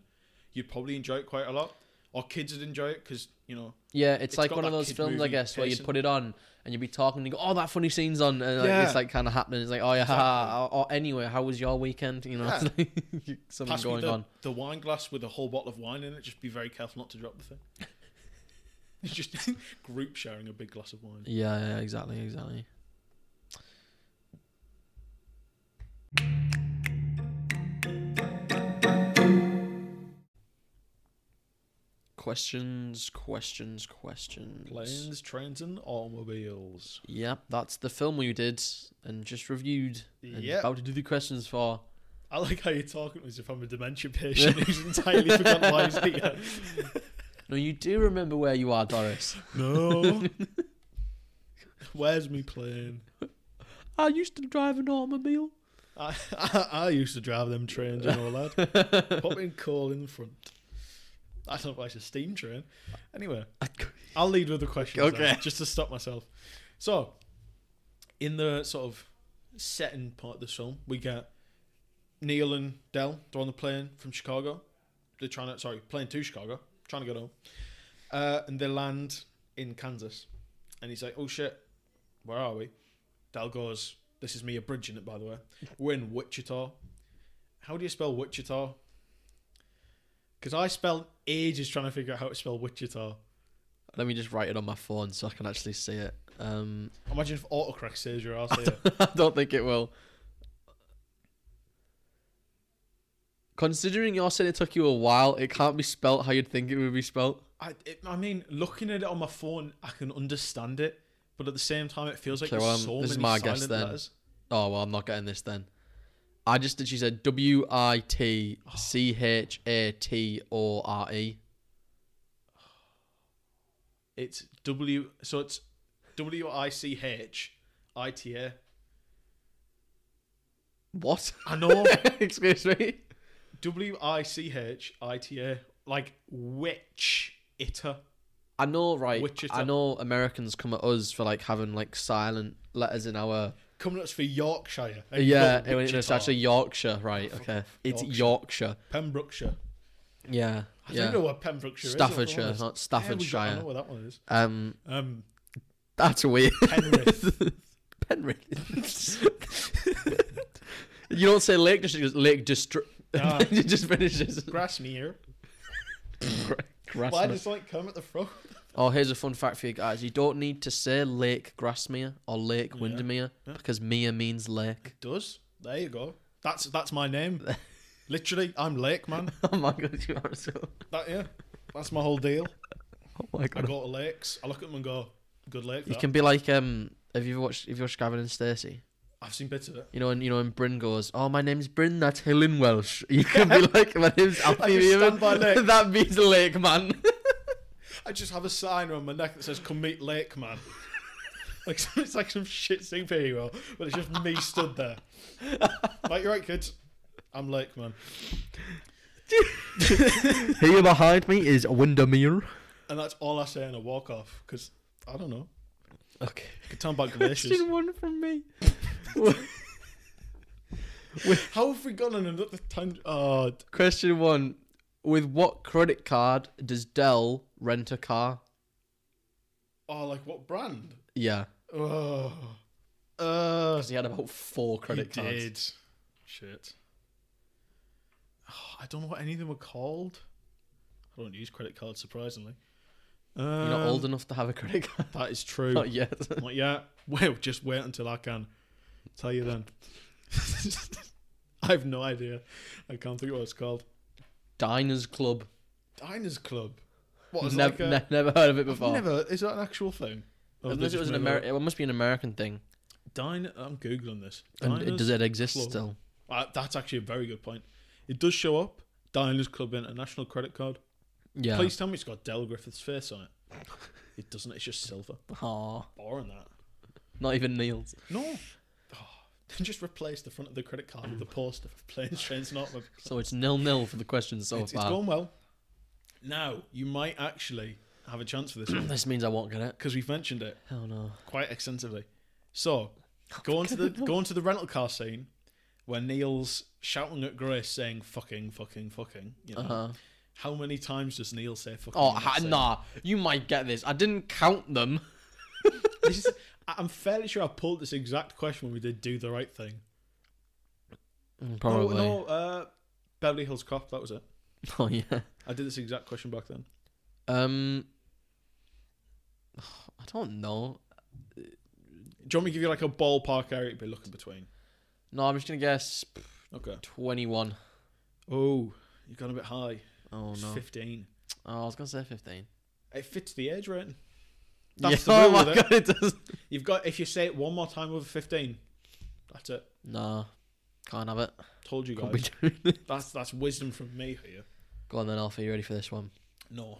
A: You'd probably enjoy it quite a lot. Or kids would enjoy it because, you know,
B: Yeah, it's,
A: It's
B: like
A: got
B: one of
A: that
B: those
A: kid
B: films, I
A: movie
B: guess, where you'd
A: pacing.
B: put it on and you'd be talking and you go, "Oh, that funny scene's on," and like,
A: Yeah.
B: it's like kind of happening. It's like, "Oh yeah, haha." Or, or anyway, how was your weekend? You know,
A: Yeah.
B: it's like something
A: pass me
B: going
A: the,
B: on.
A: the wine glass with a whole bottle of wine in it. Just be very careful not to drop the thing. It's just group sharing a big glass of wine.
B: Yeah, yeah, exactly, exactly. Questions, questions, questions.
A: Planes, trains, and automobiles.
B: Yep, that's the film we did and just reviewed. And
A: Yep.
B: about to do the questions for.
A: I like how you're talking as if I'm a dementia patient who's entirely forgotten why he's here.
B: No, you do remember where you are, Doris.
A: No. Where's me plane?
B: I used to drive an automobile.
A: I, I, I used to drive them trains and all that. Put me in coal in the front. I don't know why it's a steam train. Anyway, I'll lead with the questions.
B: Okay.
A: then, just to stop myself. So, in the sort of setting part of the film, we get Neil and Dell. They're on the plane from Chicago. They're trying to, sorry, plane to Chicago, trying to get home. Uh, and they land in Kansas. And he's like, oh shit, where are we? Dell goes, this is me abridging it, by the way. We're in Wichita. How do you spell Wichita? Because I spelled ages trying to figure out how to spell Wichita.
B: Let me just write it on my phone so I can actually see it. Um,
A: Imagine if autocorrect says your ass here.
B: I don't think it will. Considering you said it took you a while, it can't be spelt how you'd think it would be spelt.
A: I, it, I mean, looking at it on my phone, I can understand it, but at the same time, it feels like
B: Okay, well,
A: there's
B: um,
A: so
B: this is
A: many
B: my guess
A: silent
B: then.
A: letters.
B: Oh well, I'm not getting this then. I just did. She said W I T C H A T O R E.
A: It's W, so it's W I C H I T A.
B: What?
A: I know
B: Excuse me.
A: W I C H I T A, like witch itter.
B: I know, right?
A: Wichita.
B: I know Americans come at us for like having like silent letters in our.
A: Coming up for Yorkshire. and you
B: Yeah,
A: got
B: it- it's
A: Wichita,
B: actually Yorkshire, right? Okay, it's Yorkshire.
A: Pembrokeshire.
B: Yeah,
A: I
B: yeah.
A: don't know where Pembrokeshire is. if I'm
B: Staffordshire,
A: honest.
B: not
A: Yeah, we got- I
B: Staffordshire.
A: know where that one is.
B: um,
A: Um,
B: that's weird.
A: Penrith.
B: Penrith. you don't say Lake District, it's Lake District.
A: Ah.
B: it just finishes.
A: Grasmere. Why
B: Grasmere.
A: does like come at the front?
B: Oh, here's a fun fact for you guys. You don't need to say Lake Grasmere or Lake
A: Yeah.
B: Windermere
A: Yeah.
B: because Mia means lake.
A: It does. There you go. That's that's my name. Literally, I'm Lake Man.
B: oh my god, you are so.
A: That yeah. That's my whole deal.
B: Oh my
A: I
B: god.
A: go to lakes. I look at them and go, good lake.
B: You
A: that."
B: can be like, um, have you ever watched, have you watched Gavin and Stacey?
A: I've seen bits of it.
B: You know, and you know, and Bryn goes, "Oh, my name's Bryn. That's Helen Welsh." You can be like, "My name's Alfie
A: just
B: Weaver.
A: stand by Lake.
B: that means lake man.
A: I just have a sign around my neck that says "Come meet Lake Man." like some- it's like some shit superhero, but it's just me stood there. Like you're right, kids. I'm Lake Man,
B: Here behind me is Windermere.
A: and that's all I say in a walk off because I don't know.
B: Okay.
A: I can tell about glaciers.
B: Question one from me.
A: How have we gone on another tangent? Oh, d-
B: Question one: With what credit card does Dell rent a car?
A: oh, like what brand?
B: Yeah,
A: Oh, uh,
B: because he had about four credit
A: he
B: cards.
A: did. Shit. Oh, I don't know what any of them were called. I don't use credit cards, surprisingly.
B: You're not
A: Um,
B: old enough to have a credit card.
A: That is true.
B: Not yet.
A: Not yet. Well, just wait until I can tell you then. I have no idea. I can't think of what it's called.
B: Diners Club.
A: Diners Club. What is it
B: Nev-
A: like a,
B: ne- never heard of it
A: I've
B: before.
A: never. Is that an actual thing? Or
B: Unless
A: they
B: it was
A: just
B: an
A: made
B: Ameri-
A: that up?
B: It must be an American thing.
A: Dine. I'm googling this.
B: And it-
A: Diners-
B: does it exist
A: Club.
B: still?
A: Ah, that's actually a very good point. It does show up. Diners Club International credit card.
B: Yeah.
A: Please tell me it's got Del Griffith's face on it. It doesn't. It's just silver.
B: Aw.
A: Boring that.
B: Not even Neil's.
A: No. Oh, just replace the front of the credit card with the poster for planes, trains, and automobiles.
B: So it's nil nil for the questions so
A: it's, it's
B: far.
A: gone well. Now you might actually have a chance for this one
B: this means I won't get it.
A: because we've mentioned it
B: Hell no.
A: quite extensively. So
B: Oh,
A: go on to the go on to the rental car scene where Neil's shouting at Grace saying "fucking, fucking, fucking." You know,
B: Uh huh.
A: how many times does Neil say "fucking"?
B: Oh
A: in that
B: ha-
A: scene?
B: nah, you might get this. I didn't count them.
A: This is- I- I'm fairly sure I pulled this exact question when we did "Do the Right Thing."
B: Mm, Probably.
A: No, no uh, Beverly Hills Cop. That was it.
B: Oh yeah.
A: I did this exact question back then.
B: Um. I don't know.
A: Do you want me to give you like a ballpark area to be looking between?
B: No, I'm just gonna guess
A: Okay.
B: twenty-one.
A: Oh, you've gone a bit high.
B: Oh
A: It's
B: no.
A: 15.
B: Oh, I was gonna say fifteen.
A: It fits the age rating.
B: Yeah,
A: That's the
B: oh
A: rule
B: my
A: with it.
B: god, it does.
A: You've got if you say it one more time over 15, that's it.
B: Nah, can't have it.
A: Told you
B: Can't be
A: guys.
B: doing it.
A: That's that's wisdom from me here.
B: Go on then, Alfie. You ready for this one?
A: No.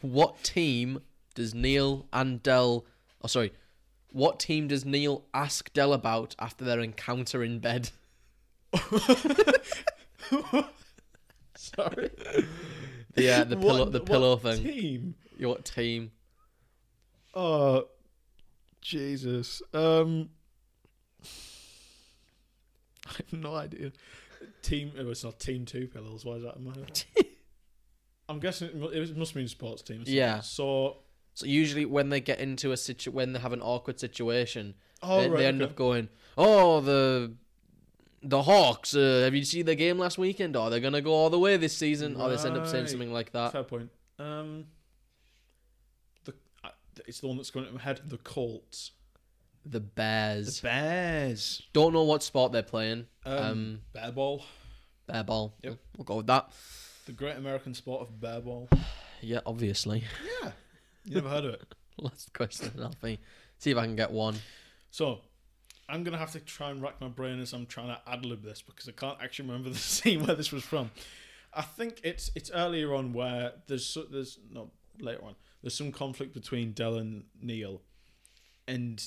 B: What team does Neil and Dell? Oh, sorry. What team does Neil ask Dell about after their encounter in bed?
A: Sorry.
B: Yeah, the pillow,
A: What-
B: the pillow
A: what
B: thing.
A: Team.
B: Your team?
A: Oh, Jesus. Um, I have no idea. Team. Oh, it's not team two pillows. Why is that in my head? I'm guessing it, mu- it must mean sports team. or something.
B: Yeah.
A: So.
B: So usually when they get into a situ, when they have an awkward situation,
A: Oh,
B: they,
A: right.
B: they end
A: okay.
B: up going, "Oh, the the Hawks. Uh, have you seen their game last weekend? Or they're gonna go all the way this season? Or they end up saying
A: Right.
B: something like that."
A: Fair point. Um, the I, it's the one that's going to my head. The Colts,
B: The Bears.
A: Bears,
B: Don't know what sport they're playing.
A: um,
B: Um,
A: bear ball,
B: bear ball.
A: Yep.
B: We'll go with that.
A: the great American sport of bear ball.
B: Yeah, obviously.
A: Yeah, you never heard of it.
B: Last question, Alfie. See if I can get one.
A: So, I'm gonna have to try and rack my brain as I'm trying to ad lib this because I can't actually remember the scene where this was from. I think it's it's earlier on where there's so- there's not later on there's some conflict between Dell and Neil, and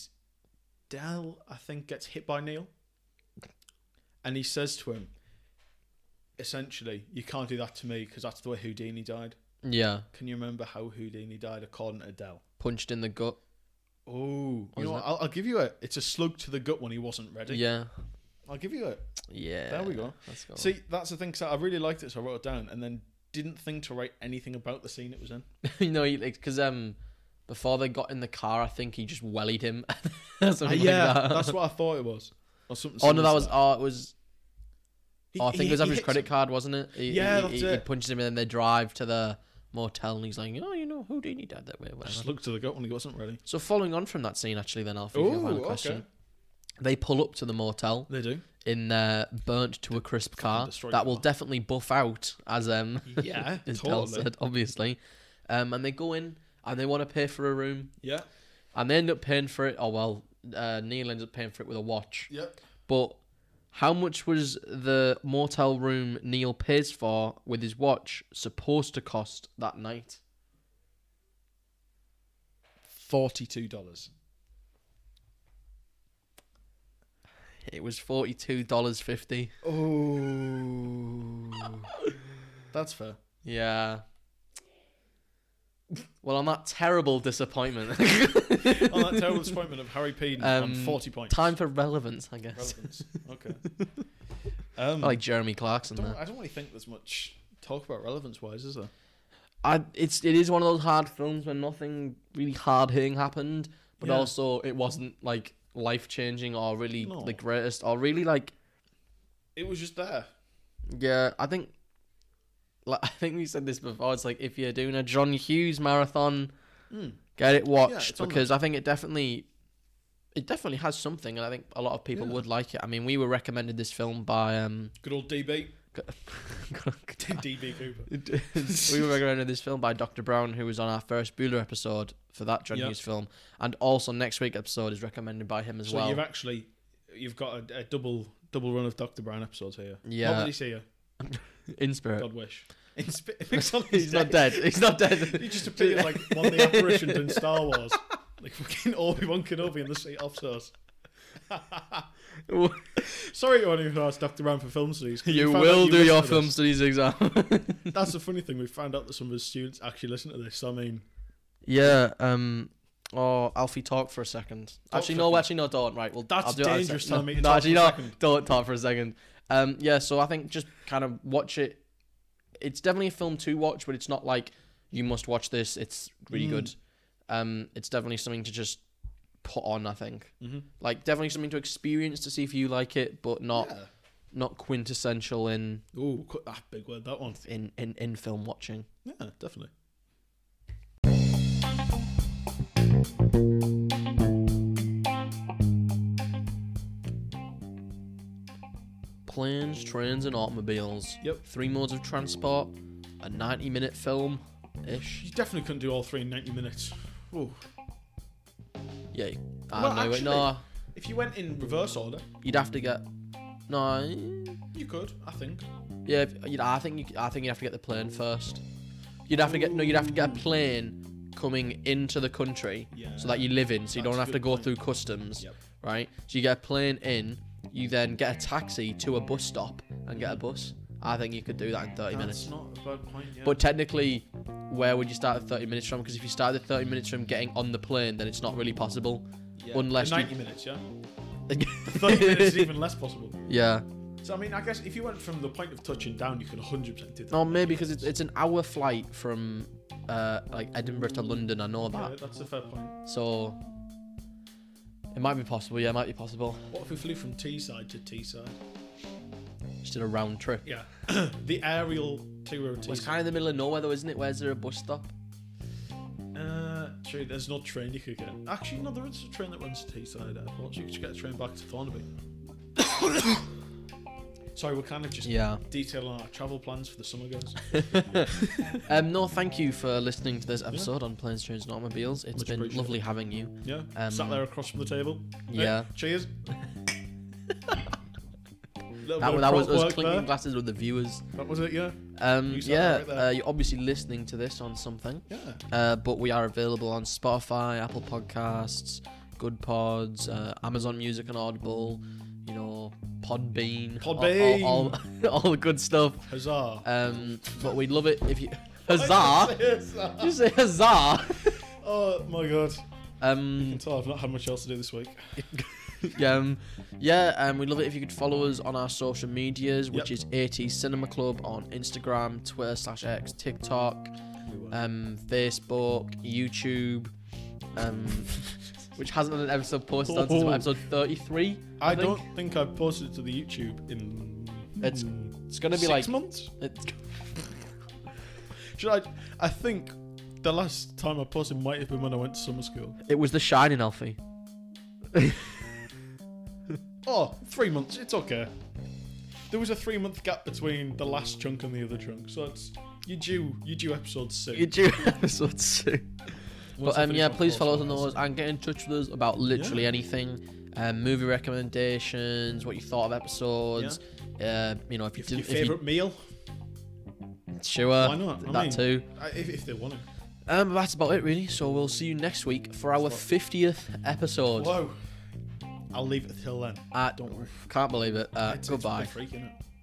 A: Dell I think gets hit by Neil, and he says to him, essentially, you can't do that to me because that's the way Houdini died.
B: Yeah,
A: Can you remember how Houdini died according to Dell?
B: punched in the gut.
A: Oh, you
B: What is
A: know, what?
B: that?
A: I'll, I'll give you it. It's a slug to the gut when he wasn't ready.
B: Yeah,
A: I'll give you it.
B: yeah.
A: There we go.
B: Let's go.
A: See, that's the thing. So I really liked it, so I wrote it down, and then didn't think to write anything about the scene it was in.
B: you know, because um, before they got in the car, I think he just wellied him. Something like that.
A: Ah, that's what I thought it was, or something.
B: Oh
A: similar
B: no, that
A: to
B: was. Oh, it was.
A: He-
B: Oh, I think
A: he-
B: it was
A: he
B: on his
A: hits
B: credit
A: him.
B: card, wasn't it? He,
A: Yeah,
B: he,
A: that's
B: he, he
A: it.
B: punches him and then they drive to the Mortel, and he's like, oh, you know, Houdini died that way. or
A: I
B: Whatever.
A: just looked to the gut when he wasn't ready.
B: So following on from that scene, actually, then Alfie, if you have a
A: Oh,
B: final question.
A: okay.
B: They pull up to the Mortel
A: They do.
B: in their burnt to a crisp car.
A: destroyed
B: That will
A: car.
B: definitely buff out, as um,
A: Yeah,
B: as Del
A: totally.
B: said, obviously. Um, and they go in and they want to pay for a room,
A: Yeah.
B: and they end up paying for it. Oh well, uh, Neil ends up paying for it with a watch.
A: Yep.
B: But how much was the motel room Neil pays for with his watch supposed to cost that night?
A: Forty-two dollars.
B: It was forty two dollars fifty.
A: Oh, that's fair.
B: Yeah. Well, on that terrible disappointment,
A: On that terrible disappointment of Harry Peden
B: Um,
A: on forty points.
B: time for relevance, I guess.
A: relevance. Okay. Um,
B: I like Jeremy Clarkson
A: don't,
B: there.
A: I don't really think there's much talk about relevance-wise, is there?
B: I it's it is one of those hard films where nothing really hard hitting happened, but
A: Yeah.
B: also it wasn't like life changing or really
A: No.
B: the greatest or really like
A: It was just there.
B: yeah. I think like I think we said this before. It's like if you're doing a John Hughes marathon, Hmm.
A: Mm.
B: get it watched
A: it's on there.
B: because I think it definitely it definitely has something, and I think a lot of people
A: Yeah.
B: would like it. I mean, we were recommended this film by um.
A: Good old DB. DB Cooper.
B: we were recommended this film by Dr. Brown, who was on our first Bueller episode for that John
A: Yep.
B: Hughes film, and also next week episode is recommended by him as
A: So
B: well.
A: you've actually you've got a, a double double run of Doctor Brown episodes here.
B: Yeah.
A: Not that he's here.
B: In spirit,
A: God wish. It's, it's on his
B: he's not
A: day.
B: dead. He's not dead.
A: He just appeared like one of the apparitions in Star Wars, like fucking Obi Wan Kenobi in the seat off sauce. Sorry to anyone who asked Doctor Brown for film studies. 'cause we
B: you
A: found out
B: will do
A: listen
B: your
A: to
B: film
A: this.
B: studies exam.
A: That's the funny thing. We found out that some of his students actually listen to this. So I mean,
B: yeah. Um. Oh, Alfie, talk for a second. actually,
A: for
B: no.
A: a second.
B: Actually, no. Don't. Right. Well,
A: That's
B: I'll do it out of
A: dangerous
B: sec-
A: telling
B: no,
A: me to
B: no,
A: talk
B: actually,
A: for a
B: no.
A: second.
B: Don't talk for a second. Um. Yeah. So I think just kind of watch it. It's definitely a film to watch, but it's not like you must watch this. It's really
A: Mm.
B: good. Um. It's definitely something to just put on. I think.
A: Mhm.
B: Like definitely something to experience to see if you like it, but not
A: yeah.
B: not quintessential in
A: Oh. ooh, cut that big word. That one.
B: in in, in film watching.
A: Yeah, definitely.
B: planes, trains, and automobiles.
A: Yep.
B: Three modes of transport, a 90 minute film ish.
A: You definitely couldn't do all three in ninety minutes. Ooh.
B: Yeah. I
A: Well,
B: don't know. no,
A: If you went in reverse order,
B: you'd have to get. No.
A: you could. I think.
B: Yeah, if- you'd, I think you, I think you'd have to get the plane first. You'd have to get no, you'd have to get a plane coming into the country
A: Yeah.
B: so that you live in, so you
A: That's
B: don't
A: a
B: have to
A: good
B: go
A: point.
B: through customs,
A: Yep.
B: right? So you get a plane in, you then get a taxi to a bus stop and get a bus. I think you could do that in 30 minutes.
A: That's not a bad point. Yeah.
B: But technically, where would you start at 30 minutes from? Because if you start at 30 minutes from getting on the plane, then it's not really possible.
A: Yeah.
B: unless you-
A: ninety minutes, yeah. Thirty minutes is even less possible.
B: yeah.
A: So I mean, I guess if you went from the point of touching down, you could 100 percent do that.
B: Or maybe because it's, it's an hour flight from uh, like Edinburgh to London. I know
A: Yeah,
B: that.
A: that's a fair point.
B: So it might be possible. Yeah, it might be possible.
A: What if we flew from Teesside to Teesside?
B: Just did a round trip.
A: Yeah, the aerial two road
B: Well, it's
A: Teesside.
B: kind of the middle of nowhere, though, isn't it? Where's there a bus stop?
A: Uh, true. There's no train you could get. Actually, no, there is a train that runs to Teesside Airport. You could get a train back to Thornaby. Sorry, we're kind of just
B: Yeah.
A: detailing our travel plans for the summer, guys.
B: Um, no, thank you for listening to this episode on Planes, Trains, and Automobiles. It's
A: Much
B: been
A: appreciated.
B: lovely having you.
A: Yeah,
B: Um,
A: sat there across from the table. Hey,
B: Yeah.
A: cheers. Little bit
B: That,
A: of
B: that was
A: prop
B: us
A: work
B: clinking
A: there.
B: glasses with the viewers.
A: That was it. Yeah.
B: Um,
A: You said
B: yeah,
A: that right there.
B: uh, you're obviously listening to this on something,
A: Yeah.
B: uh, but we are available on Spotify, Apple Podcasts, Good Pods, uh, Amazon Music, and Audible. You know, Podbean, all-
A: Podbean.
B: all, all, all the good stuff.
A: Huzzah.
B: Um, but we'd love it if you
A: Huzzah!
B: huzzah! Did you say huzzah?
A: Oh my god. You
B: Um,
A: can tell I've not had much else to do this week.
B: yeah, um, yeah, um, we'd love it if you could follow us on our social medias, which is AT Cinema Club on Instagram, Twitter slash X, TikTok. um, Facebook, YouTube, um, which hasn't had an episode posted on since
A: Oh.
B: about episode 33.
A: I,
B: think.
A: don't think I've posted it to the YouTube in
B: It's- It's gonna be
A: six
B: like
A: months.
B: it's,
A: Should I, I think the last time I posted might have been when I went to summer school.
B: It was The Shining, Alfie.
A: Oh, three months. It's okay. There was a three month gap between the last chunk and the other chunk, so it's you due you due episode soon.
B: You do episode two.
A: Once
B: But
A: I
B: um,
A: finish
B: yeah,
A: my
B: please
A: course,
B: follow us on
A: I'll-
B: those and get in touch with us about literally anything, um, movie recommendations, what you thought of episodes. Uh, you know, if you
A: Your
B: didn't, if you
A: favorite meal?
B: sure,
A: Why not? I
B: that
A: mean-
B: too.
A: I, if, if they want it.
B: Um, but that's about it really. So we'll see you next week for our fiftieth episode.
A: Whoa. I'll leave it till then.
B: At,
A: Don't worry.
B: can't believe it. Uh,
A: It's- it's
B: goodbye.
A: freaking out.